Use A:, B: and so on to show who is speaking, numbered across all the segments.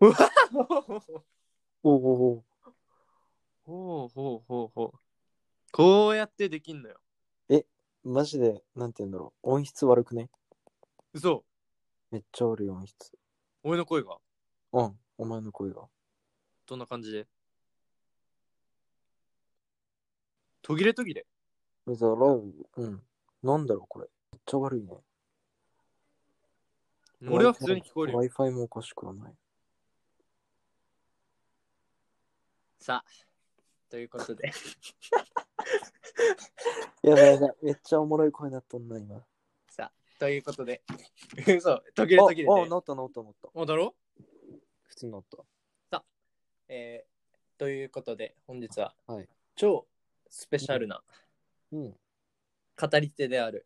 A: うわほ
B: おお
A: うほうほうほう。こうやってできんのよ。
B: おマジで、なんて言うんだろう。音質悪くね
A: 嘘
B: めっちゃ悪い音質。
A: 俺の声が
B: うん。お前の声が。
A: どんな感じで途切れ途切れ。
B: うざろう。うん。なんだろう、これ。めっちゃ悪いね。
A: 俺は普通に聞こえるよ。
B: Wi-Fi もおかしくはない。
A: さあ、ということで。
B: やばいやばい。 めっちゃおもろい声なっとんな、今。
A: さあ、ということで。嘘途切れ途切れ
B: あ、あ
A: で。
B: なったなったなった。
A: おだろ
B: 普通になった。
A: えーということで、本日は、
B: はい
A: 超スペシャルな
B: うん。
A: 語り手である、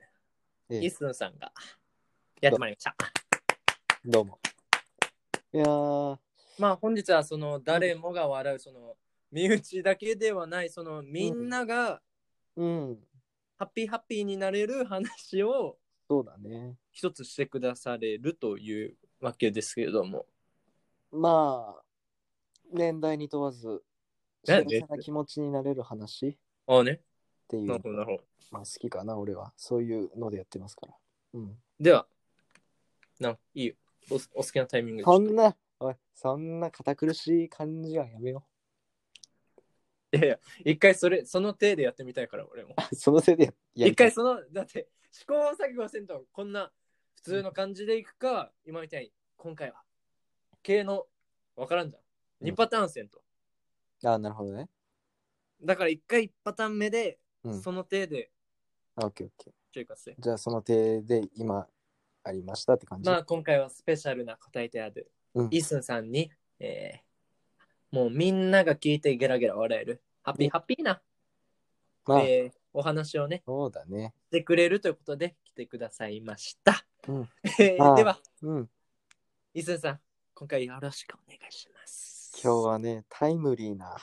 B: ええ
A: イスンさんがやってまいりました。
B: どうも。いやー、
A: まあ本日はその誰もが笑う、その身内だけではない、そのみんなが
B: うん。
A: ハッピーハッピーになれる話を
B: そうだね。
A: 一つしてくだされるというわけですけれども。
B: まあ、年代に問わず、
A: ね
B: 幸せな気持ちになれる話っ
A: ああね。
B: ていう
A: な
B: の
A: るほど、なるほど。
B: まあ好きかな、俺は。そういうのでやってますから。うん。
A: では、なんいいよ。おお好きなタイミングで。
B: そんな、おい、そんな堅苦しい感じはやめよ
A: いやいや、一回それ、その手でやってみたいから、俺も。
B: う。 そのせいでやや
A: 一
B: りたい
A: 回その、だって、試行錯誤せんと、こんな普通の感じでいくか、今みたいに、今回は、系の、わからんじゃん。2パターンせんと。
B: あ、なるほどね。
A: だから一回1パターン目で、
B: うん。
A: その手で、
B: あオッケーオッケー。
A: ちょいかせ。
B: じゃあその手で今ありましたって感じ。
A: まあ、今回はスペシャルな答えである、
B: うん
A: イスンさんに、えーもうみんなが聞いてゲラゲラ笑える、ハッピー
B: ね
A: ハッピーな、
B: まあ
A: えーお話をね、
B: そうだね。
A: してくれるということで来てくださいました。
B: うん
A: えー
B: ああ
A: では、
B: うん。
A: 伊勢さん、今回よろしくお願いします。
B: 今日はね、タイムリーな。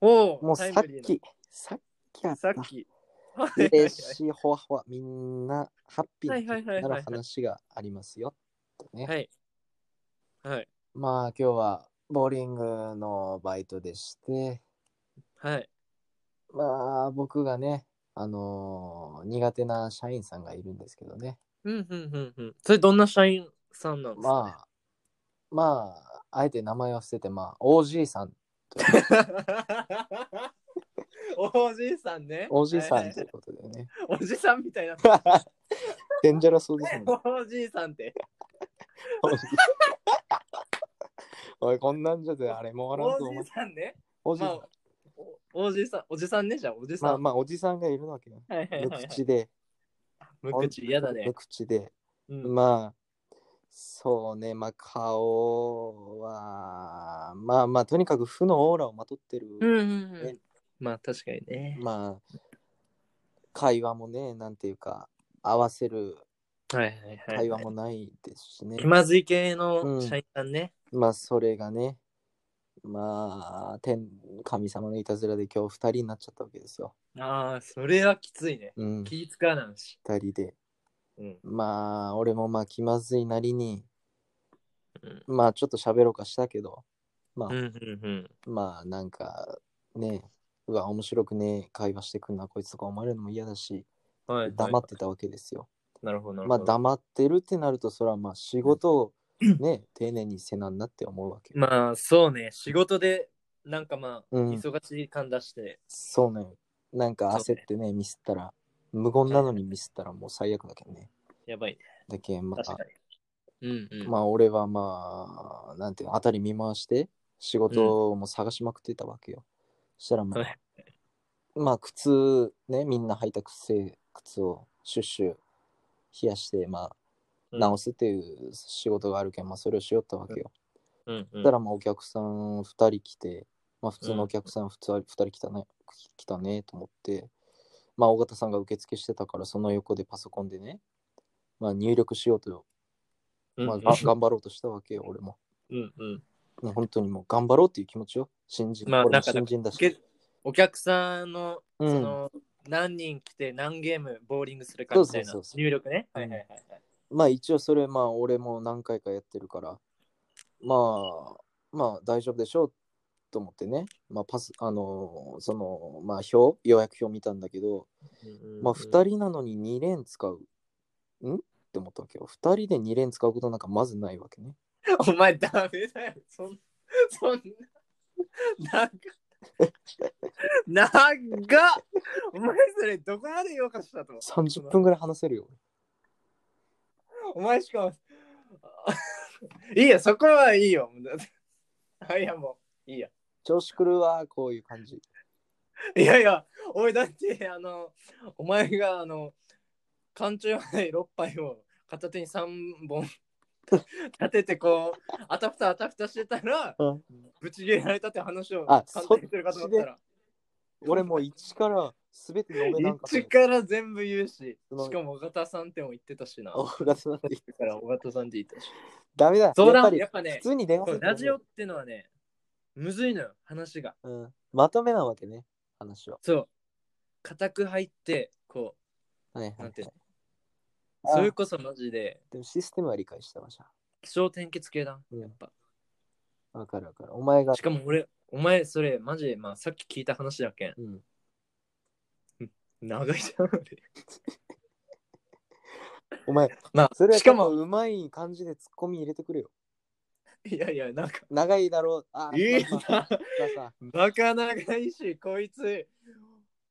A: おお、
B: もう
A: タ
B: さ
A: イ
B: っ
A: ムリー
B: き、さっきや
A: な
B: っ
A: さ
B: た
A: っ。き。
B: 嬉しい、ほわほわ、みんなハッピー
A: はいはいはいはい
B: にな
A: はい
B: る話がありますよ。ってね。
A: はい。はい。
B: まあ今日はボーリングのバイトでして、
A: はい。
B: まあ僕がね、あのー苦手な社員さんがいるんですけどね。
A: うんうんうんうん。それどんな社員さんなんですか、
B: まあ、まあ、あえて名前は捨てて、まあ、OG さん、
A: おじいさんね。
B: OG さ
A: はいは
B: ん
A: い
B: ということでね。
A: おじさんみたいな。
B: デンジャラス OG さんだ。
A: おじいさんって。
B: おい、こんなんじゃであれも
A: お
B: 笑うぞ、お
A: じ
B: 前
A: い。さんね。
B: OG さ
A: ま
B: ん
A: あ、おおじいさん、おじさんね、じゃあ、おじさ
B: まあ
A: ん。
B: まあ、おじさんがいるわけよ。
A: はいはい
B: 無
A: はい、はい。
B: 口で。
A: 無口、嫌だね
B: 無。口で。
A: うん
B: まあ、そうね、まあ、顔は、まあまあ、とにかく負のオーラをまとってる。
A: うんうんう
B: ね
A: ん。まあ確かにね。
B: まあ、会話もね、なんていうか、合わせる
A: はいはいはい。
B: 会話もないですしね。
A: 気まずい系の社員さんね。
B: まあそれがね、まあ天神様のいたずらで今日二人になっちゃったわけですよ。
A: ああ、それはきついね。
B: うん、二
A: 気使わなんし。
B: 人で。
A: うん。
B: まあ俺もまあ気まずいなりに、
A: うん
B: まあちょっと喋ろうかしたけど、まあ、
A: うんうんうん。
B: まあなんかね、うわ、面白くねえ会話してくんな、こいつとか思われるのも嫌だし、
A: はい、はい。
B: 黙ってたわけですよ。
A: なるほどなる
B: ま
A: ほど。
B: あ黙ってるってなると、それはまあ仕事をね、丁寧にせなんなって思うわけ。
A: まあ、そうね。仕事で、なんかまあ、
B: うん
A: 忙しい感出して。
B: そうね。なんか焦ってね、ミスったら、無言なのにミスったらもう最悪だけどね。
A: やばいね。
B: だけんま
A: 確
B: あ
A: か、に。うんうん。
B: まあ俺はまあ、なんていうの、辺り見回して、仕事をもう探しまくってたわけよ。したらま
A: は
B: あ、まあ靴、ね、みんな履いた靴、靴をシュッシュ冷やして、まあ、
A: うん
B: 直すっていう仕事があるけん、まあそれをしよったわけよ。
A: うんう
B: そ
A: ん
B: したらまあお客さん2人来て、まあ普通のお客さん 2, 人二人来たね、来たねと思って、まあ尾形さんが受付してたからその横でパソコンでね、まあ入力しようと、
A: うん
B: まあ
A: うん
B: が頑張ろうとしたわけよ、俺も。
A: うんうん。
B: ね本当にもう頑張ろうっていう気持ちよ。新人、
A: まあ
B: 俺
A: なん
B: も
A: か
B: 新人だし。
A: けお客さんの、
B: う
A: そ
B: ん、
A: の、何人来て何ゲームボーリングするかみたいな
B: そうそうそうそう
A: 入力ね。
B: うん
A: はいはいはいはい。
B: まあ一応それまあ俺も何回かやってるから、まあまあ大丈夫でしょうと思ってね、まあ、パス、あのーその、まあ表、予約表見たんだけど、まあ2人なのに2連使う。んって思ったわけよ。2人で2連使うことなんかまずないわけね。
A: お前ダメだよ。そんそんな。なんか。なんか。お前それどこまで言おうかしたと。
B: 30分ぐらい話せるよ。
A: お前しかも。いいよ、そこはいいよ。あいやもう、いいや。
B: 調子狂うわ、こういう感じ。
A: いやいや、おいだって、あの、お前があの、缶中杯6杯を片手に3本 立ててこう、あたふたあたふたしてたら、
B: うん
A: ぶち切れられたって話を
B: あ
A: 簡単に言ってるかと思ったら、
B: 俺もう1から全て飲めなんかと
A: 一
B: 思って。
A: から全部言うし、
B: その
A: しかも尾形さんっても言ってたしな。
B: 大
A: だ
B: 型さんって言って
A: から尾形さんって言ってたし。
B: ダメだ。
A: そう
B: やっぱ
A: だ、
B: り
A: やっぱね
B: 普、通に電話
A: こ
B: す
A: う
B: る
A: ラジオってのはね、むずいのよ、話が。
B: うん、まとめなわけね、話は。
A: そう。固く入って、こ
B: はいは
A: う、
B: い、は
A: なん
B: い
A: ていうの。
B: あ
A: それこそマジで、
B: でもシステムは理解したわじゃ
A: 気象転結系だな、
B: うん
A: やっぱ。
B: あ。わかるわかる。お前が
A: し、かも俺、お前それ、マジで、まあさっき聞いた話だけん。
B: うん、
A: 長いじゃん。
B: お前、
A: まあ
B: それは
A: しかも
B: うまい感じでツッコミ入れてくるよ。
A: いやいや、なんか、
B: 長いだろう。あ、
A: いい
B: まあまあ
A: な。
B: まあさ
A: バカ長いし、こいつ、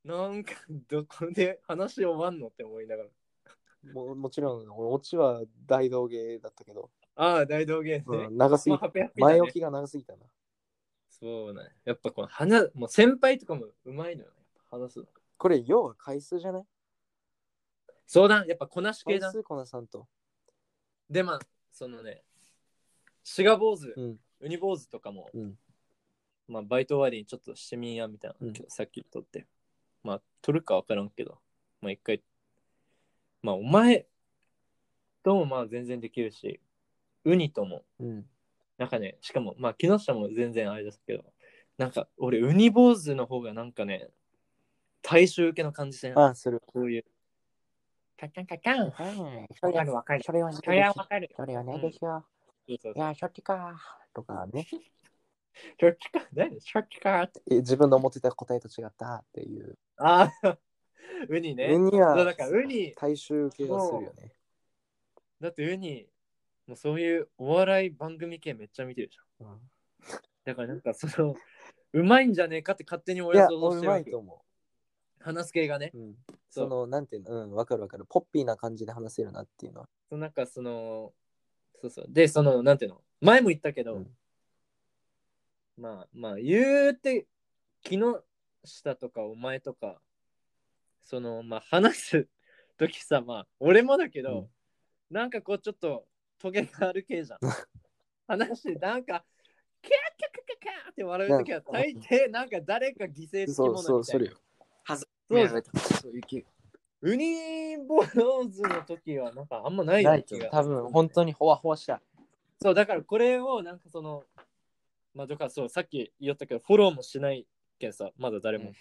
A: なんか、どこで話終わんのって思いながら。
B: ももちろん、俺オチは大道芸だったけど、
A: ああ、大道芸ね。
B: うん、長す
A: ま
B: ぎ
A: あ、ハペハペだね
B: 前置きが長すぎたな。
A: そうね。やっぱこの話、もう先輩とかもうまいのよ、ね。話すの。
B: これ、要は回数じゃない
A: そうだ、やっぱこなし系
B: 回
A: だ。
B: 数こなさんと。
A: で、まあ、そのね、シガ坊主、
B: うん
A: ウニ坊主とかも、
B: うん
A: まあ、バイト終わりにちょっとしてみんやみたいな、
B: うん
A: さっき撮って。まあ、撮るかわからんけど、まあ、一回、まあ、お前ともまあ全然できるし、ウニとも、
B: うん。
A: なんかね、しかも、まあ、木下も全然あれですけど、なんか、俺、ウニ坊主の方がなんかね、大衆受けの感じせん。こ
B: あ、する。
A: ういう。カッカンカッカン。
B: はい。
A: それはわかる
B: それは
A: それはわかるよ。
B: それは
A: うん
B: ね、ですよ。
A: そうそう
B: い
A: そう
B: や、しょっちか。とかね。
A: そっちか、何そっちかって。
B: え自分の思ってた答えと違ったっていう。
A: ああ、 ウニね。
B: ウニは
A: そうだからウニ、
B: 大衆系がするよね。
A: だってウニ、もうそういうお笑い番組系めっちゃ見てるじゃん。
B: うん
A: だからなんかその、うまいんじゃねえかって勝手に
B: い
A: 俺
B: や、
A: は想像し
B: 俺
A: て
B: う
A: る
B: ま
A: わ
B: い
A: け
B: と。思
A: 話す系がね。
B: う。うん、
A: そ
B: そうの、なんていうの、うん、わかるわかる。ポッピーな感じで話せるなっていうのは。
A: そのなんかその、そうそう。で、その、なんていうの、前も言ったけど、
B: うん
A: まあまあ、言うて、木下とかお前とか、その、まあ話す時さ、まあ、俺もだけど、なんかこうちょっとトゲがある系じゃん。 話してなんか、キャーキャーキャーキャーって笑うときは大抵なんか誰か犠牲
B: うん
A: つき
B: そ
A: ものみ
B: う
A: たいな。
B: そう、それよ。
A: そうじゃん
B: そういう気
A: ウニ坊主の時はなんかあんまないよう
B: ない
A: 気が
B: 多分、本当にほわほわした。
A: そう、だからこれをなんかその、まあだからそう、さっき言ったけど、フォローもしないけんさ、まだ誰も。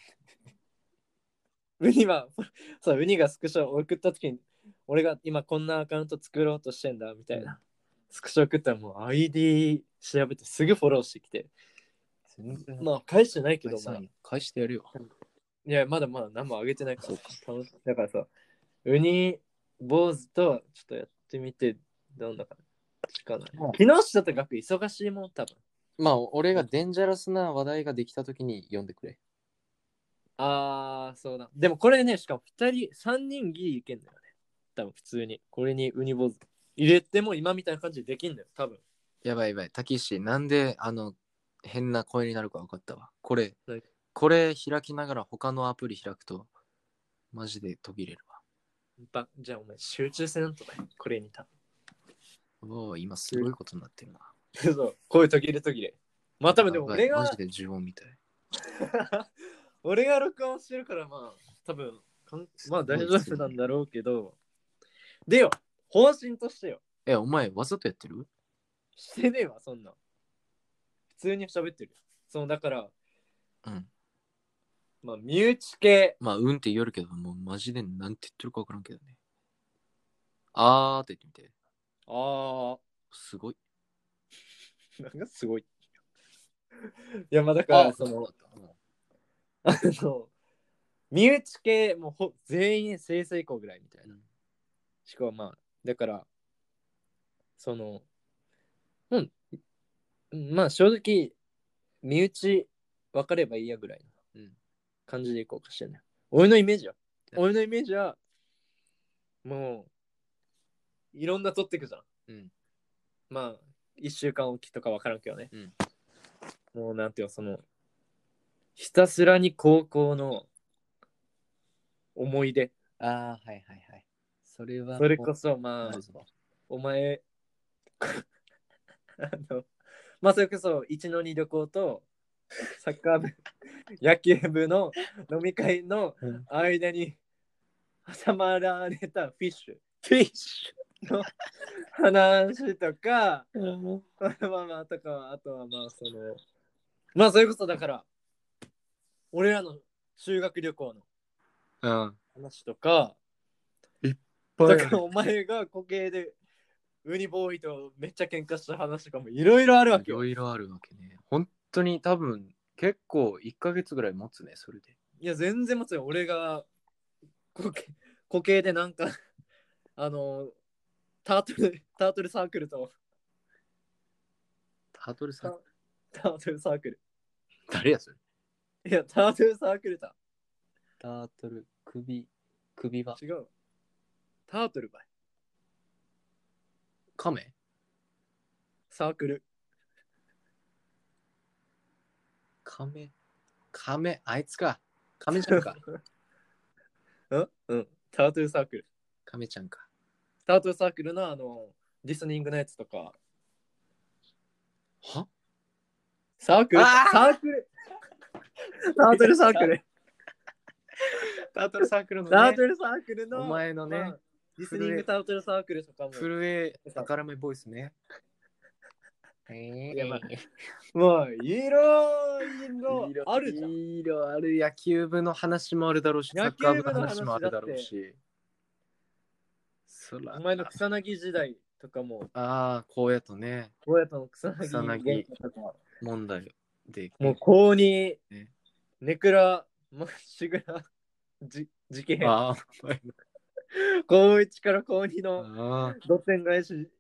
A: ウニは、そう、ウニがスクショ送った時に、俺が今こんなアカウント作ろうとしてんだ、みたいな。スクショ送ったらもう ID 調べてすぐフォローしてきて。まあ返してないけど、まだい
C: 返してやるよ。
A: や、まだまだ何も上げてないから。楽しだからさ、ウニ坊主とちょっとやってみて、どんな感じかな。木下と学忙しいもん、多分。
C: まあ、俺がデンジャラスな話題ができたときに読んでくれ。
A: あー、そうだ。でもこれね、しかも2人、3人ギリいけんだよね。多分普通に。これにウニ坊主入れても今みたいな感じでできんだよ、多分。
C: やばいやばい。たけし、なんであの変な声になるか分かったわ。これ
A: はい、
C: これ開きながら他のアプリ開くと、マジで途切れるわ。
A: ばじゃあお前集中せなんとだよ、これに多
C: おお、今すごいことになってるな。
A: 分。 そう、こういう途切れ途切れ。まあ多分でも
C: やばい
A: 俺が
C: マジ、で呪音みたい。
A: 俺が録音してるからまあ、多分かんまあ大丈夫なんだろうけど。でよ、方針としてよ。
C: え、お前、わざとやってる
A: してねえわ、そんなん。普通に喋ってるよ。そのだから、
C: うん。
A: まあ身内系。
C: まあ、うんって言えるけど、もうマジでなんて言ってるか分からんけどね。あーって言ってみて。
A: あ
C: すごい。
A: ー、なんかすごい。いや、まあだから、その、あの、身内系、もうほ全員生成校ぐらいみたいな。しかもまあ、だから、その、うん、まあ正直、身内分かればいいやぐらいの、うん、感じでいこうかしらね。俺のイメージは、
B: うん
A: 俺のイメージは、もう、いろんな取っていくじゃん。
B: うん
A: まあ、一週間おきとか分からんけどね。
B: うん
A: もうなんていうのその、ひたすらに高校の思い出。
B: ああー、はいはいはい。それは。
A: それこそ、まあ、
B: そ。
A: お前、 あの、まあ、それこそ、一の二旅行と、サッカー部、 野球部の飲み会の
B: うん
A: 間に挟まられたフィッシ
B: フィッシ
A: ュの話とか、
B: ュ。
A: まあまあまあとかは、あとはまあその、まあそれこそだから、俺らの修学旅行の
B: うん。
A: 話とか、だからお前が固形でウニボーイとめっちゃ喧嘩した話とかもいろいろあるわ
B: い
A: けよ。
B: ろいろあるわけね。本当に多分、結構1ヶ月ぐらい持つね、それで。
A: いや、全然もちろん俺が固形固形でなんか、 あの、タートル、タートルサークルと、
B: タートルさん
A: あ、タートルサークル。
B: 誰やそれ
A: いや、タートルサークルだ。
B: タートル、首、首は。
A: 違う。タートルばい。
B: カメ
A: サークル。
B: カメカメあいつか。カメちゃ んか。
A: うんうん。タートルサークル。
B: カメちゃんか。
A: タートルサークルのあの、リスニングのやつとか、
B: は
A: サークル、
B: あー
A: サークル、 タートルサークル、
B: タートルサークルの
A: ター
B: ね
A: ト。ルサークルの、
B: お前の
A: ま
B: ね
A: あ、リスニングタートルサークルとかも、
B: 震え、宝目ボイスね。えー
A: やばいもう、いろいろあるじゃん。
B: いろある野球部の話もあるだろうし、サ
A: 野
B: ッカー
A: 球
B: 部
A: 部の
B: の話
A: 話
B: も
A: も
B: あ
A: あ
B: る
A: る
B: だ
A: だ
B: ろ
A: ろ
B: う
A: う
B: し。そら
A: お前の草薙時代とかも、
B: ああ、こうやとね、
A: こうやの草薙
B: 草薙
A: 玄太とか
B: 問題で。
A: もう、高2
B: ね、
A: ネクラ、マッシュグラ、じ事件、
B: あーお前の
A: 高1から高2の、
B: あー、
A: 露天返し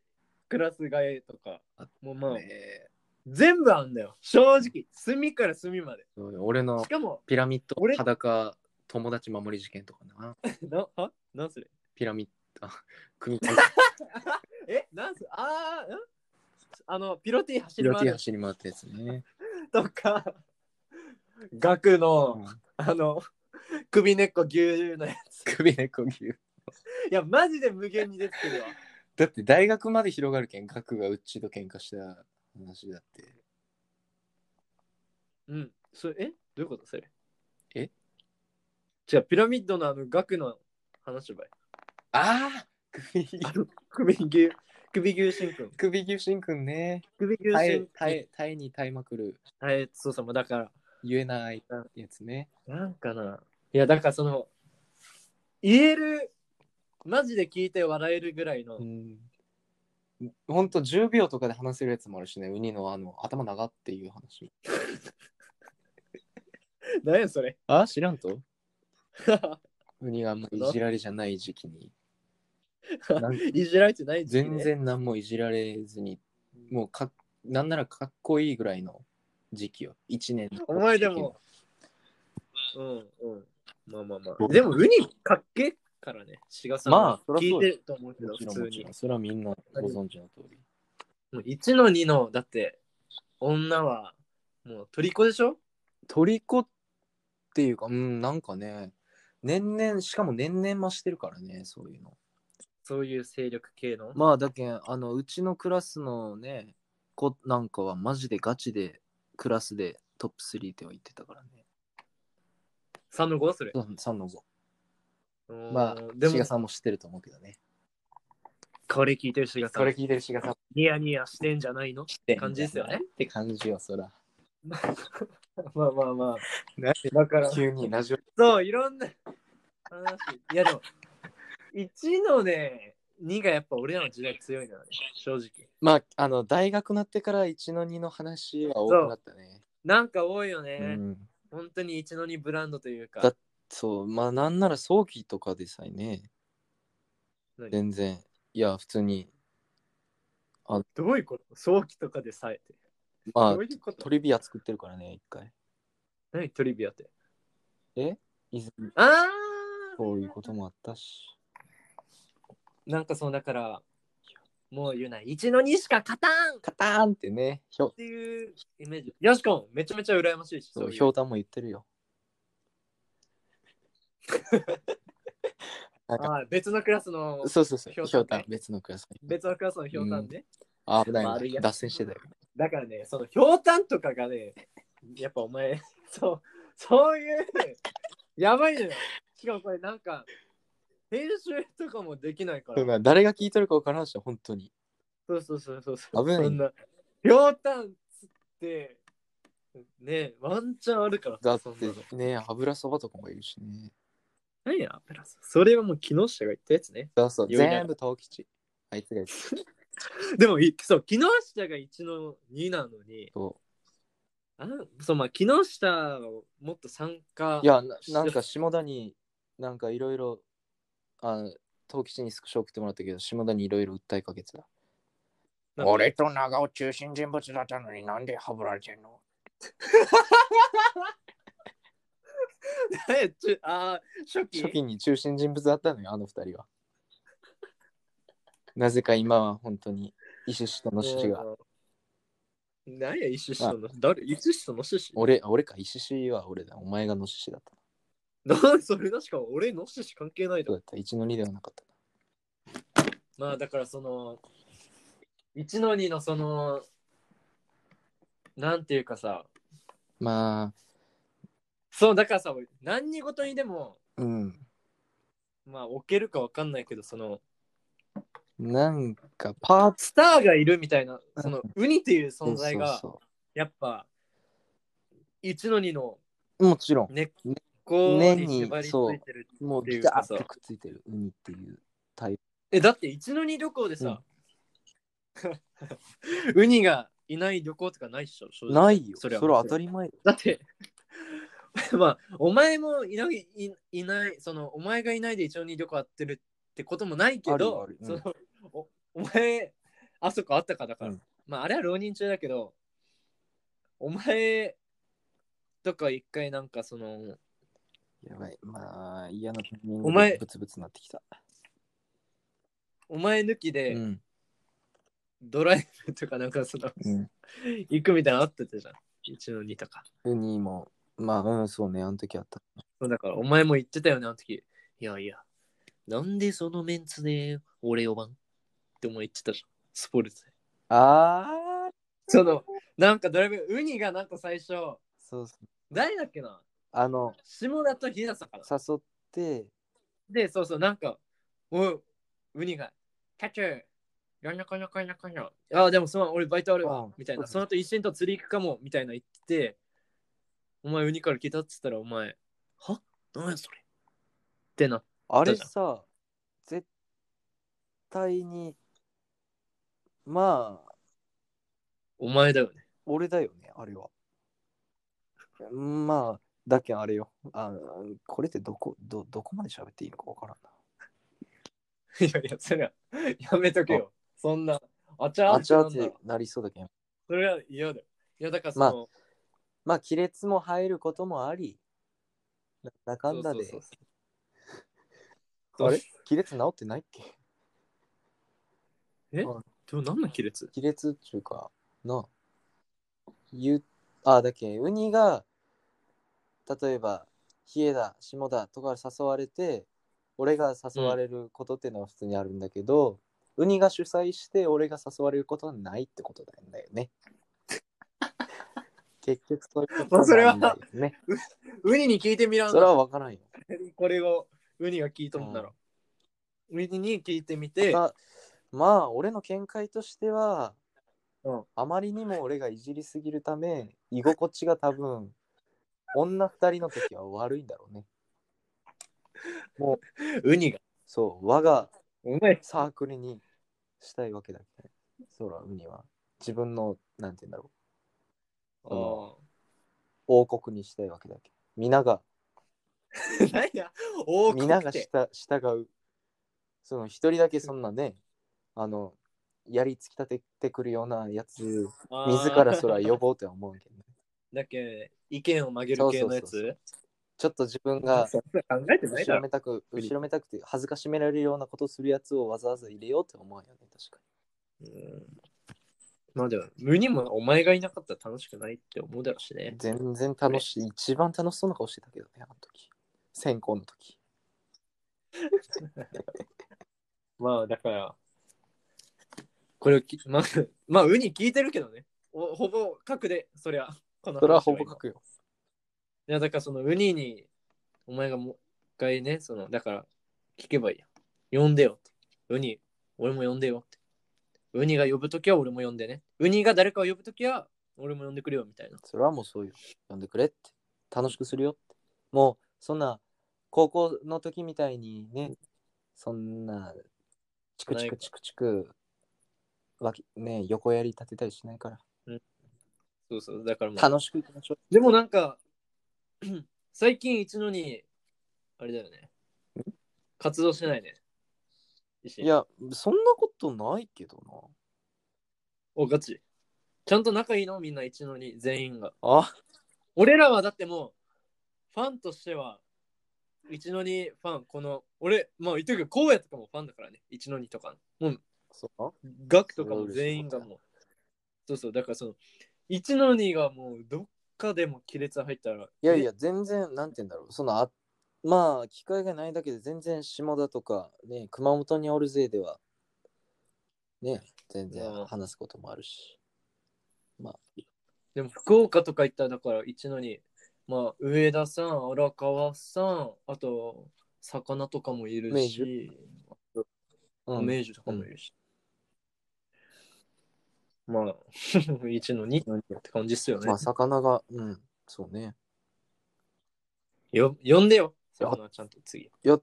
A: クラス替えとか
B: あ
A: もうまあ、
B: ねえ
A: 全部あんだよ正直隅から隅まで
B: そうよ俺の
A: しかも
B: ピラミッド
A: 俺
B: 裸友達守り事件とかな。
A: なはなんすれ
B: ピラミッド、あ組み込み
A: えなんすあーんあのピロティ走
B: ピ
A: り
B: ロ
A: 回
B: ティ
A: る
B: 走り回ったやつ ね。
A: とか額の
B: うん
A: あの首根っこぎゅうのやつ
B: 首猫牛。
A: いやマジで無限に出てくるわ
B: だって大学まで広がるけん、学がうっちと喧嘩した話だって。
A: うんそれえどういうことそれ
B: え
A: 違うピラミッドのあの額の話ばい
B: ああ首牛
A: あの首牛首牛神君
B: 首牛神くんね。
A: 首牛
B: 耐
A: 神
B: え
A: 君、
B: 耐え、耐えに耐えまくる。
A: はい、そうそう、もうだから、
B: 言えないやつね。
A: なんかな。いや、だからその、言える、マジで聞いて笑えるぐらいの
B: う、ん。ほんと10秒とかで話せるやつもあるしね。ウニのあの、頭長っていう話。
A: 何やそれ。
B: あ知らんとウニがあんまいじられじゃない時期に。なん
A: いじられてない時期ね
B: 全。然何もいじられずに、もうか、なんならかっこいいぐらいの時期よ。1年の時期
A: お
B: の。
A: 前でも、うんうん。まあまあまあ。でも、ウニかっけえからね、志賀さんは。
B: まあそりゃ
A: 聞
B: そ
A: いうて
B: だ
A: ると思うけど、
B: もち
A: 普
B: ろん、も
A: 通
B: ち
A: に
B: ろん。。それはみんなご存知の通り。
A: もう1の2の、だって、女は、もう、虜でしょ
B: トリコっていうか、うん、なんかね、年々、しかも年々増してるからね、そういうの。
A: そういう勢力系の。
B: まあ、だけんあの、うちのクラスのね、子なんかはマジでガチで、クラスでトップ3っては言ってたからね。
A: 3の5それ。
B: 3の5。ま
A: ま
B: あ、
A: で
B: 志
A: も
B: 賀、さんも知ってると思うけどね。
A: これ聞いてる志賀さん。
B: 聞いてる志賀さんっ
A: ニヤニヤしてんじゃないの
B: て
A: 感じですよね。
B: って感じよ、そら。
A: まあまあ まあ。
B: なんで
A: だから、
B: 急にラジオ。
A: そう、いろんな話。いやでも、1のね、2がやっぱ俺らの時代強いのよね、正直。
B: まあ、あの、大学なってから1の2の話は多くなったね。
A: なんか多いよ
B: う
A: ね。
B: ん、
A: 本当に一の二ブランドというか。
B: だそう、まあなんなら早期とかでさえね、
A: 何
B: 全然、いや、普通に、
A: どういうこと早期とかでさえて。
B: ま
A: どう
B: あ、
A: いうこと
B: トリビア作ってるからね、一回。
A: 何トリビアって。
B: 以前
A: ああ
B: そういうこともあったし。
A: なんかそうだから、もう言うな、一の二しか勝たんっ
B: カターンってね、ひょ
A: ていうイメージ。よしこん、めちゃめちゃ羨ましいし、
B: そ
A: そう
B: う、
A: い
B: ひょ
A: う
B: うたんも言ってるよ。なんか
A: あー別のクラスの、
B: そうそうそう、ひ
A: ひょ
B: ょ
A: うたん
B: うたん、別のクラスに。
A: 別のクラスのひょうたんね。
B: あ、危ない
A: 悪い
B: 危な
A: や
B: い。
A: つ
B: 脱線してたよ。
A: だからね、そのひょうたんとかがね、やっぱお前、 そう、そういう、やばいのよ。しかもこれなんか、編集とかもできないから。
B: 誰が聞いてるか分からんし、本当に。
A: そうそうそうそうそう。
B: 危ない
A: そんな、ひょうたんつって、ね、ワンチャンあるから。
B: だっ
A: そんなの
B: てね、油そばとかもいるしね。
A: 何や、プラス。それはもう木下が言ったやつね。
B: そうそう、
A: 言うね
B: 全部東吉。あいつが言ってた
A: でも、いそう、木下が1の2なのに、
B: そ
A: あそう、まあ、木下をもっと参加。
B: う。い、や、ななんか下田に、なんかいろいろ、あ東吉にスクショ送ってもらったけど、下田にいろいろ訴えかけてた。俺と長尾中心人物だったのになんでハブられてんの
A: え、ちゅあー、初期。
B: 初期に中心人物だったのよ、あの 二人は。なぜか今は本当に、石下の獅子が。
A: うん。何や、石下の。誰石下の獅子
B: 俺、俺か、石子は俺だ。お前がの獅子だった。
A: なんそれなしかも俺の獅子関係ないだ
B: どう
A: ろ。
B: だった一の二ではなかった。
A: まあ、だからその、1の2のその、なんていうかさ、
B: ま
A: そう、だからさ、何に事にでも、
B: あ、うん。
A: まあ、置けるかわかんないけど、その、
B: なんか、パーツ
A: スターがいるみたいな、その、ウニっていう存在が、
B: そうそ
A: やっぱ、一の二の
B: うもちろん、
A: 根っこに縛りついてるって
B: もう
A: い
B: ビ
A: う
B: タ
A: か
B: ッ
A: さ
B: と。くっついてる、ウニっていう。
A: え、だって一の二旅行でさ、ウニがいない旅行とかないっしょ、正直
B: ないよ。そ
A: そ
B: れ
A: れ
B: は
A: は
B: 当たり前だ。
A: だって、 まあ、お前もいない、いいない、その、お前がいないで一の二旅行やってるってこともないけど、
B: あるあるうん
A: そのおお前、あそこあったかだから、
B: うん
A: まあ、あれは浪人中だけど、お前とか一回なんかその、
B: やばい。まあ、嫌なタイミングで
A: お前
B: ブツブツなってきた。
A: お前抜き
B: う
A: で
B: ん。
A: ドライブとかなんかその、
B: うん
A: 行くみたいなのあってたじゃん。1の2とか。
B: ウニも、まあ、うん、そうね、あの時あった。
A: そうだから、お前も言ってたよね、あの時。いやいや、なんでそのメンツで俺呼ばんってお前言ってたじゃん。スポルツで。
B: あー、
A: その、なんかドライブ、ウニがなんか最初、
B: そうそう。
A: 誰だっけな
B: あの、
A: 下田と日向かな。
B: 誘って、
A: で、そうそう、なんか、おい、ウニが、キャッチュー、やんなかなかなかな。ああ、でもその俺バイトあるわ、
B: うん
A: みたいな。
B: そ
A: そうの後一緒にと釣り行くかも、みたいな言ってて、お前ウニから聞いたっつったら、お前、は何やそれってな。
B: あれさ、絶対に、まあ、
A: お前だよね。
B: 俺だよね、あれは。まあ、だけんあれよ。あこれってどこ、ど、どこまで喋っていいのかわからん
A: いやいや、それは、やめとけよ。そんな、あちゃ
B: な。
A: あ
B: あ
A: ち
B: ち
A: ゃ
B: ゃ
A: な
B: あ
A: ん
B: ち
A: だろ
B: なりそうだけん。
A: それは嫌だよ。いや、だからそ
B: ま
A: の、
B: まあ、亀裂も入ることもあり、ななんだかんだで。
A: そうそうそう
B: あれ亀裂治ってないっけ
A: そうでも何の亀裂
B: 亀裂っていうか、なあ。言う、あ、だけんウニが、例えば、冷えだ、下だとか誘われて、俺が誘われることっていうのは普通にあるんだけど、ウニが主催して俺が誘われることはないってことなんだよ ね。結局そういうことなんだよね。
A: ウニに聞いてみらん
B: それは分からんよ。
A: これをウニが聞いとんなら、ウニに聞いてみて、
B: まあまあ、俺の見解としては、
A: うん
B: あまりにも俺がいじりすぎるため、居心地が多分、女二人の時は悪いんだろうね。
A: ウニが。
B: そう、我が
A: お前、
B: サークルにしたいわけだけど、そら、ウニは。自分の、なんて言うんだろう。
A: あ
B: 王国にしたいわけだけど皆が
A: 何や多く
B: 皆が
A: て。
B: した従うその一人だけそんなねあの槍突き立ててくるようなやつ
A: あー
B: 自らそれは呼ぼうとは思うけどね
A: だっけ意見を曲げる系のや
B: そうそ
A: つ
B: うちょっと自分が
A: そんな考えてない
B: 後
A: だ
B: ろ
A: ろ
B: めたく後ろめたくて恥ずかしめられるようなことするやつをわざわざ入れようって思うよね確か
A: うんまあでも無にもお前がいなかったら楽しくないって思うだろうしね
B: に全然楽しい一番楽しそうな顔してたけどねあの時選考の時
A: まあだからこれをきまあ まあウニ聞いてるけどねおほぼ格でそりゃこの話
B: それはほ
A: 今
B: ぼ書くよ
A: いやだからそのウニにお前がもう一回ねそのだから聞けばいいや呼んでよってウニ俺も呼んでよってウニが呼ぶときは俺も呼んでねウニが誰かを呼ぶときは俺も呼んでくれよみたいな
B: それはもうそうよ呼んでくれって楽しくするよってもうそんな高校の時みたいにねそんなチクチクチクチクわきね横やり立てたりしないから
A: そうそうだからもう
B: 楽しくいきましょう
A: でもなんか、 最近一のに、あれだよね。活動してないね。石
B: いや、そんなことないけどな。
A: お、ガチ。ちゃんと仲いいのみんな一のに、全員が。
B: あ
A: 俺らはだってもう、ファンとしては、一のにファン、この、俺、まあ言ってるけど、こうやとかもファンだからね。一のにとか。もう、
B: そう
A: ガクとかも全員がもう。そうそう、だからその、一のにがもう、どっかでも亀裂入ったら、
B: いやいや、全然、なんて言うんだろう。そのあまあ、機会がないだけで、全然下田とか、ね、熊本におるぜでは、ね、全
A: うん
B: 然話すこともあるし。
A: でも福岡とか行ったらだから一のに、まあ上田さん、荒川さん、あと魚とかもいるし、
B: うん、
A: 明治とかもいるし。まあ、 一のにって感じっすよね。
B: まあ、魚が、うん、そうね。
A: よ呼んでよ、魚ちゃんと次。
B: いや、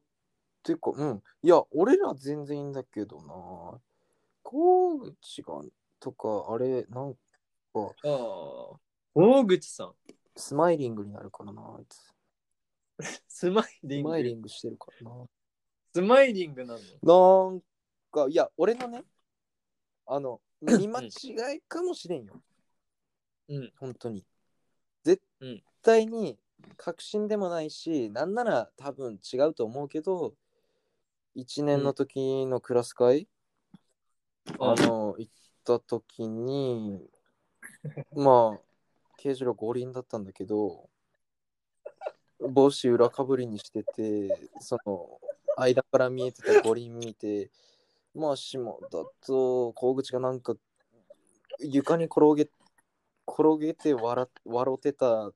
B: ていうか、うん。いや、俺ら全然いいんだけどな。高口が、とか、あれ、なんか、
A: ああ、大口さん、
B: スマイリングになるからな、あいつ。
A: スマイリ
B: ス
A: ン
B: マイリ
A: グ。
B: ングしてるからな。
A: スマイリングなの。
B: なんか、いや、俺のね、あの、見間違いかもしれんよ。
A: うん。
B: 本当に。絶対に確信でもないし、なんなら多分違うと思うけど、1年の時のクラス会、
A: うん
B: あの、行った 時に、まあ、慶次郎五輪だったんだけど、帽子裏かぶりにしてて、その、間から見えてた五輪見て、まあ、下田と小口がなんか、床に転げ、転げて笑笑ってた、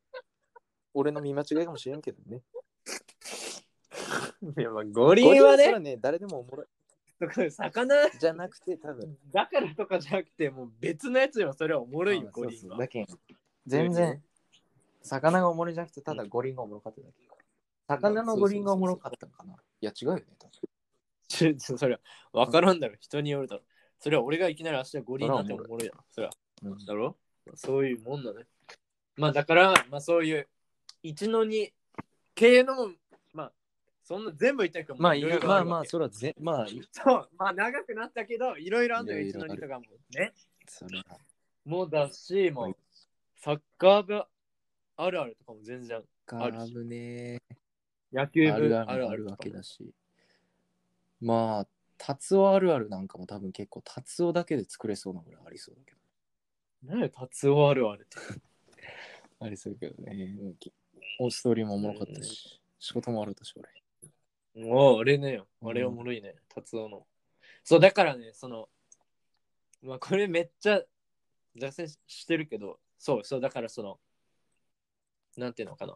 B: 俺の見間違いかもしれんけどね。
A: いやまあ五
B: 五
A: 輪は
B: そ
A: ね
B: ら、ね、誰でもおもろい。
A: 魚
B: じゃなくて、多分。
A: だからとかじゃなくて、もう別のやつよ、それはおもろいよ
B: あ、
A: 五
B: そう
A: 輪
B: そう
A: は。
B: だけん全然、魚がおもろいじゃなくて、ただ五輪がおもろかっただけ。魚の五輪がおもろかったんかな。いや、違うよね。確か
A: ちょちょそれは分からんだろ、人によるだろ。それは俺がいきなり明日五輪なんてもおもろいだろ。それは。
B: に
A: だろそういうもんだね。まあだから、まあそういう、一の二系の、まあ、そんな全部言ったけど、
B: まあ、い
A: ろ
B: ろい
A: ろ
B: ろまあ
A: る
B: ま
A: わ
B: あ、
A: け
B: それはぜ、まあ、
A: そう、まあ長くなったけど、いろいろあんのよ、
B: い
A: 一の
B: ろいろあ
A: 二
B: る
A: とかも。ね。
B: それは
A: もうだし、も
B: は
A: う
B: い、
A: サッカー部あるあるとかも全然、
B: ガラブね。
A: 野球部
B: あ
A: あ
B: る
A: る
B: あ
A: ある
B: る
A: と
B: あ
A: か
B: る
A: も
B: わけだし。まあ、達夫あるあるなんかも多分結構、達夫だけで作れそうなぐらいありそうだけど。
A: 何よ、達夫あるあるって。
B: ありそうだけどね。うんきおストーリーもおもろかったし、仕事もあるだし、俺。
A: もうあれね、あれおもろいね、達夫の。そう、だからね、その、まあ、これめっちゃ脱線してるけど、そうそう、だからその、なんていうのかな。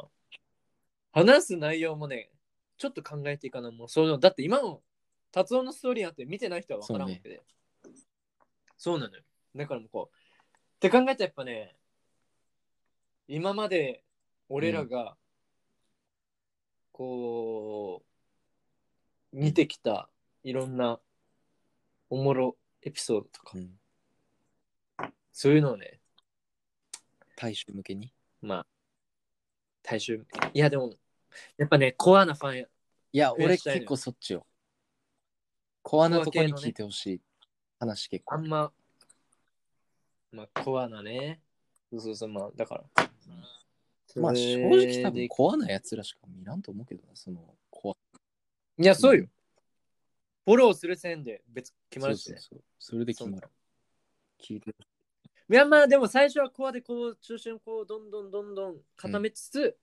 A: 話す内容もね、ちょっと考えていかない。もうそういうのだって今の達夫のストーリーなんて見てない人は分からんわけで。そう,、なのよ。だからもうこう、って考えたらやっぱね、今まで俺らが、こう、見てきたいろんなおもろエピソードとか、
B: うん
A: そういうのをね、
B: 大衆向けに。
A: まあ、大衆みたいないやでもやっぱねコアなファンや
B: いや、
A: 増や
B: 俺
A: したいのよ
B: 結構そっちよ。コアなとこに聞いてほしい話結構
A: あ。んままあコアなねそうそうそうまあだから
B: まあ正直多分コアなやつらしか見らんと思うけどな、そのコア。
A: いやそうよフォローする線で別決まるし
B: そう
A: ね
B: そうそうそれで決まる。聞いて
A: いやまあでも最初はコアでこう中心をこうどんどんどんどん固めつつ、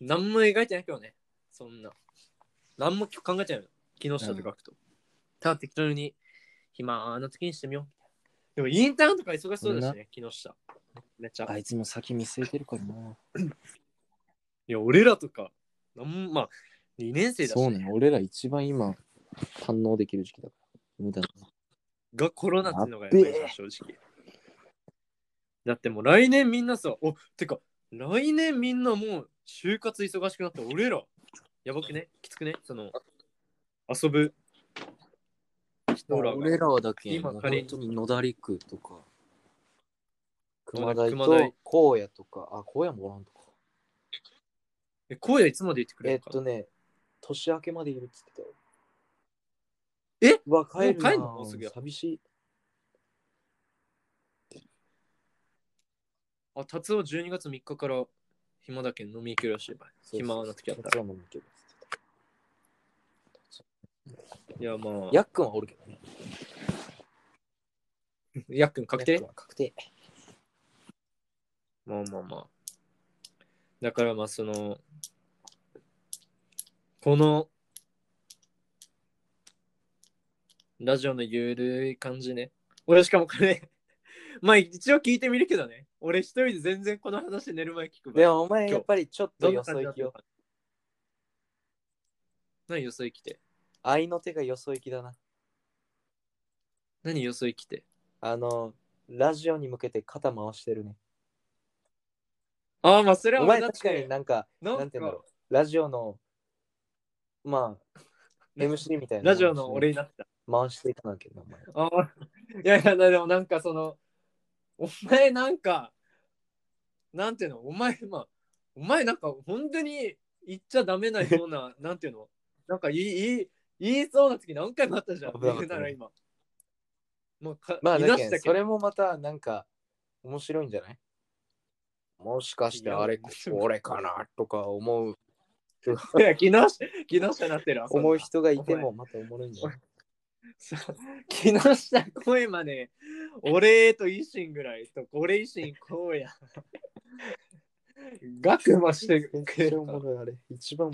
A: 何も描いてないけどねそんな何も考えちゃうよ木下と書くと、ただ適当に暇な時にしてみようでもインターンとか忙しそうだしね木下めっちゃ
B: あいつも先見据えてるからな。
A: いや俺らとかなんまあ2年生だし、
B: そうね、俺ら一番今、堪能できる時期だから。無駄な
A: がコロナっていうのがやっぱり
B: やっべ
A: さ正直だってもう来年みんなさおてか来年みんなもう就活忙しくなって俺らやばくねきつくねその遊ぶ人らが
B: 俺らはだけ、
A: 今
B: もう
A: 仮に
B: 本当に野田陸とか、熊大
A: 熊大
B: と荒野とか、あ、荒野もおらんとか。
A: え荒野いつまで言ってくれ
B: え
A: る
B: っ
A: のか
B: とね、年明けまでいるっつってたよ。
A: え
B: うわ、帰るな
A: もう帰んのもうすぐや
B: 寂しい。
A: あ達夫12月3日から暇だけん飲み行けるらしいばい暇な時あったら
B: そうそうそう夏は飲むけどっつって
A: いやまあ
B: たやっくんはおるけどね。
A: やっくん確定
B: やっくんは確定。
A: まあまあまあ。だからまあその、この、ラジオのゆるい感じね。俺しかもこれ、 まあ一応聞いてみるけどね。俺一人で全然この話寝る前聞くわ
B: でもお前
A: 今日
B: やっぱりちょっ
A: ど
B: と
A: ん
B: よ
A: な感
B: そ
A: じ
B: 行
A: だっ
B: き
A: たの
B: よ
A: か。何よそ行きて
B: 愛の手がよそ行きだな。
A: 何よそ行きて
B: あの、ラジオに向けて肩回してるね。
A: ああまあそれは
B: お
A: 俺
B: 前
A: だっ
B: 確かに
A: て
B: なんか、
A: なんか
B: なんて言うんだろう。ラジオの、まあ、MC みたいな。
A: ラジオの俺。になってた。
B: 回していかなきゃな、お前。
A: あいやいや、でもなんかその、お前なんか、なんていうの、お前、まあ、お前なんか本当に言っちゃダメなような、 なんていうの、なんか言い言い言いそうな時何回もあったじゃん、
B: 危なかった
A: 言うなら今。もうか、
B: まあ、
A: い
B: だ
A: な
B: け
A: し
B: ど
A: た
B: そ
A: け
B: れ
A: ど、
B: もまたなんか面白いんじゃないもしかしてあれ
A: いや
B: 俺かなとか思う
A: いや、木下、木下なってるわ。そんな
B: 思う人がいてもまたおもろいんじ ゃない
A: そう木下声まで、俺と維新ぐらいと、俺維新こ うや。ガクマしてく
B: めっ
A: れ
B: ちゃ
A: る
B: お
A: か
B: も
A: ら。
B: ろいあれ一番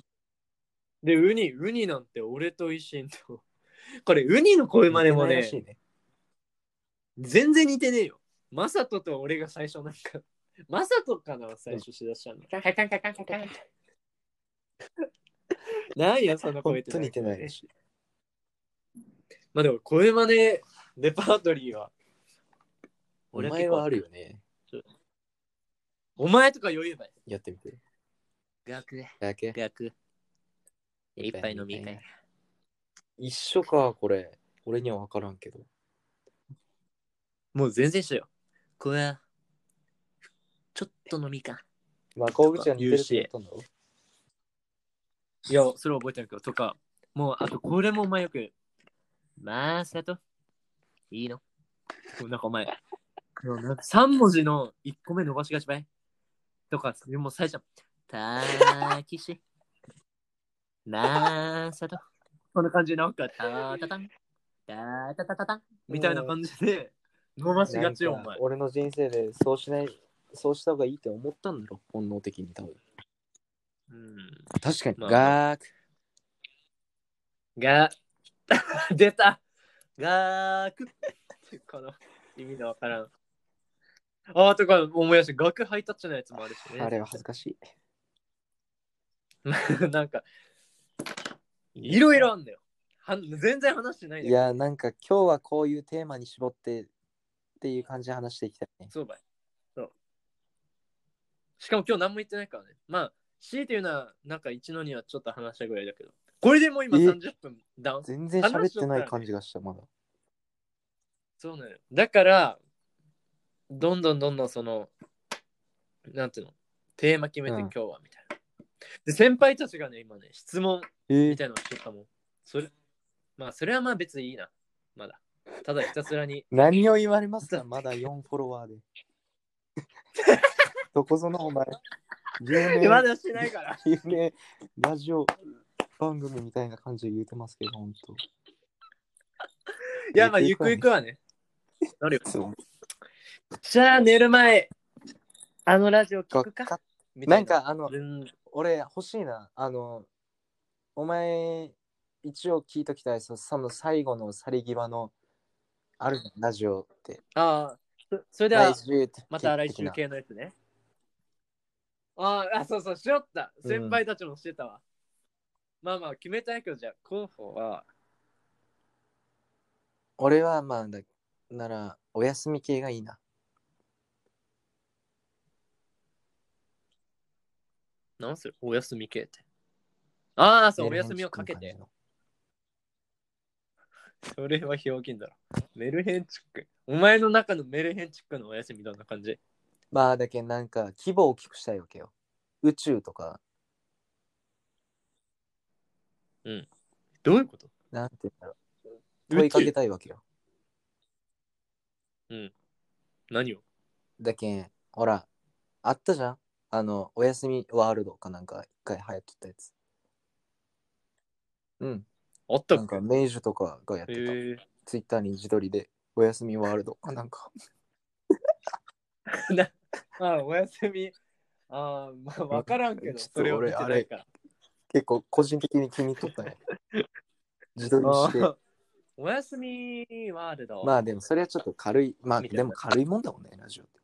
A: で、ウニ、ウニなんて俺と維新と。 これ、ウニの声真似も
B: ら
A: ね
B: し、いね
A: 全然似てねえよ。マサトと俺が最初なんか、 マサトかな最初しだしたの。なんや、そんな声って。
B: ほんと似てない
A: し。まあでも、声真似レパートリーは。
B: お
A: 俺は
B: 前
A: 結構
B: はあるよね
A: お前とか余裕ばい。
B: やってみて
A: 学で、
B: だけ
A: 学。
B: 一杯飲み会一緒かこれ俺には分からんけど
A: もう全然一緒よ。これは、ちょっと飲みか。
B: まあ小口は似てるって言ったんだろ
A: いや、それ覚えてるけど、とか、もう、あと、これもお前よく、まあ、さと、いいのもうなんかお前、3文字の1個目逃しがちばいとか、もう最初、たーきし、なーさと、こんな感じでなんか、たーたたん、たーたたたたん、みたいな感じで、逃しがちよ、お
B: なんか
A: 前。
B: 俺の人生でそうしないそうした方がいいって思ったんだろ本能的に多分
A: うん
B: 確かに
A: まあ
B: ガーク
A: が、 出たがーくこの意味のわからん。あーとか思い出して、学ハイタッチのやつもあるしね。
B: あれは恥ずかしい
A: なんか、いろいろあんだよ。は全然話してないんだけ
B: い
A: ど
B: や、なんか今日はこういうテーマに絞ってっていう感じで話していきたいね。
A: そうばい。そう。しかも今日何も言ってないからね。まあ、強いて言うのは、なんか一のにはちょっと話したぐらいだけど。これでもう今
B: え
A: 30分ダウン。
B: 全然喋ってない感じがした、まだ。
A: そうなのよ。だから、どんどんどんどんその、なんていうの、テーマ決めて
B: うん
A: 今日はみたいな。で、先輩たちがね、今ね、質問
B: え
A: み
B: ー、
A: たいなのをしとったもん。それ、まあ、それはまあ別にいいな。まだ。ただひたすら に、
B: 何を言われますかまだ4フォロワー で。どこぞのお前、有名
A: まだしないから。
B: 有名ラジオ番組みたいな感じで言うてますけど、本当。
A: いや、まあ、ゆくゆくはね。なるよ
B: そう
A: じゃあ、寝る前、あのラジオ聞
B: わ
A: くか
B: かっ
A: みた
B: ないんか、あの、
A: うん
B: 俺欲しいな。あの、お前、一応聞いときたい、そその最後の去り際の、あるじゃんラジオって。
A: ああ、そそれでは
B: 来、週って
A: また来
B: 的
A: 週
B: な
A: 系のやつね。ああ、あそうそう、しよった。
B: うん
A: 先輩たちもしてたわ。まあまあ、決めたいけど、じゃあ、候補は、
B: 俺は、まあ、だなら、お休み系がいいな。
A: 何するお休み系って。ああ、そう、お
B: メルヘン
A: 休みをかけ
B: チッ
A: て
B: ク。の
A: それは表現だろ。メルヘンチック。お前の中のメルヘンチックのお休みどんな感じ
B: まあだけどなんか規模を大きくしたいわけよ。宇宙とか、
A: どういうこと
B: なんて言うんだろう。問いかけ
A: 宇宙
B: たいわけよ。
A: 何を
B: だけんほら、あったじゃんあの、おやすみワールドかなんか一回流行っとったやつ。うん。
A: あった
B: なん
A: っけ
B: か明治とかがやって
A: へ
B: た。
A: え
B: ツイッターに自撮りで、おやすみワールドかなんか。
A: ああ、お休み。ああ、まあ、わからんけど、
B: ちょっと
A: それを見てないから。
B: 結構個人的に気に入っとっ たね。自撮りして。
A: ああお休みワールド。
B: まあでもそれはちょっと軽い。まあ
A: みたいな
B: でも軽いもんだもんね、ラジオって。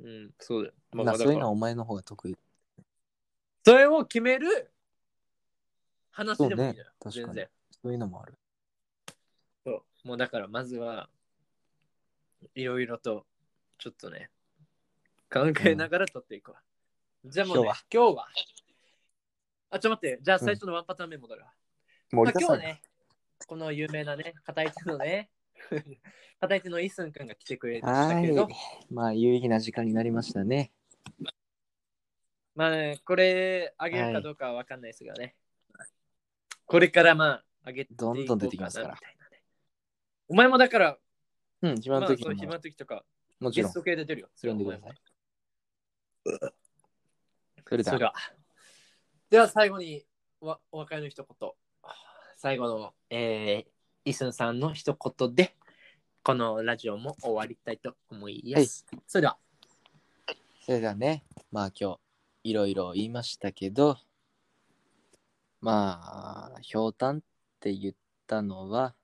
A: うん、そうだよ。まあ、
B: ま
A: ま
B: あ
A: あ、だ
B: そう
A: か
B: いうの
A: ら
B: はお前の方が得意。
A: それを決める話
B: そう
A: でもいい
B: ね
A: のよ。。
B: 確
A: 全
B: かに
A: 然。。
B: そういうのもある。
A: そう。もうだから、まずは、いろいろと、ちょっとね、考えながら撮っていくわ。じゃあもう、ね、
B: 今
A: 今日は。あ、ちょっと待って。じゃあ最初のワンパターン目戻るわ。ま
B: 森
A: あ、今
B: 田
A: 日
B: さ
A: は
B: ん。
A: ね、この有名なね、片手の ね、片手のイスン君が来てくれましたけれど
B: は、い。まあ、有意義な時間になりましたね。
A: まあ、ね、これ、あげるかどうかは分かんないですがね、これからまあ、あげていこうかな
B: どんどん出てきますから
A: みたいなねお前もだから、
B: うん、自
A: ま
B: 慢
A: あ、
B: の
A: そ
B: 時
A: う
B: に
A: 暇
B: も
A: の時とか、
B: もち
A: ゲ
B: ろん
A: スト系で出るよ。
B: 読んでください。そ
A: そ
B: れ
A: れ
B: で
A: で
B: は
A: は。では最後にわ、お別れの一言。最後の、えー、イスンさんの一言で、このラジオも終わりたいと思います。それでは。
B: それではね、まあ今日、いろいろ言いましたけど、まあ、ひょうたんって言ったのは、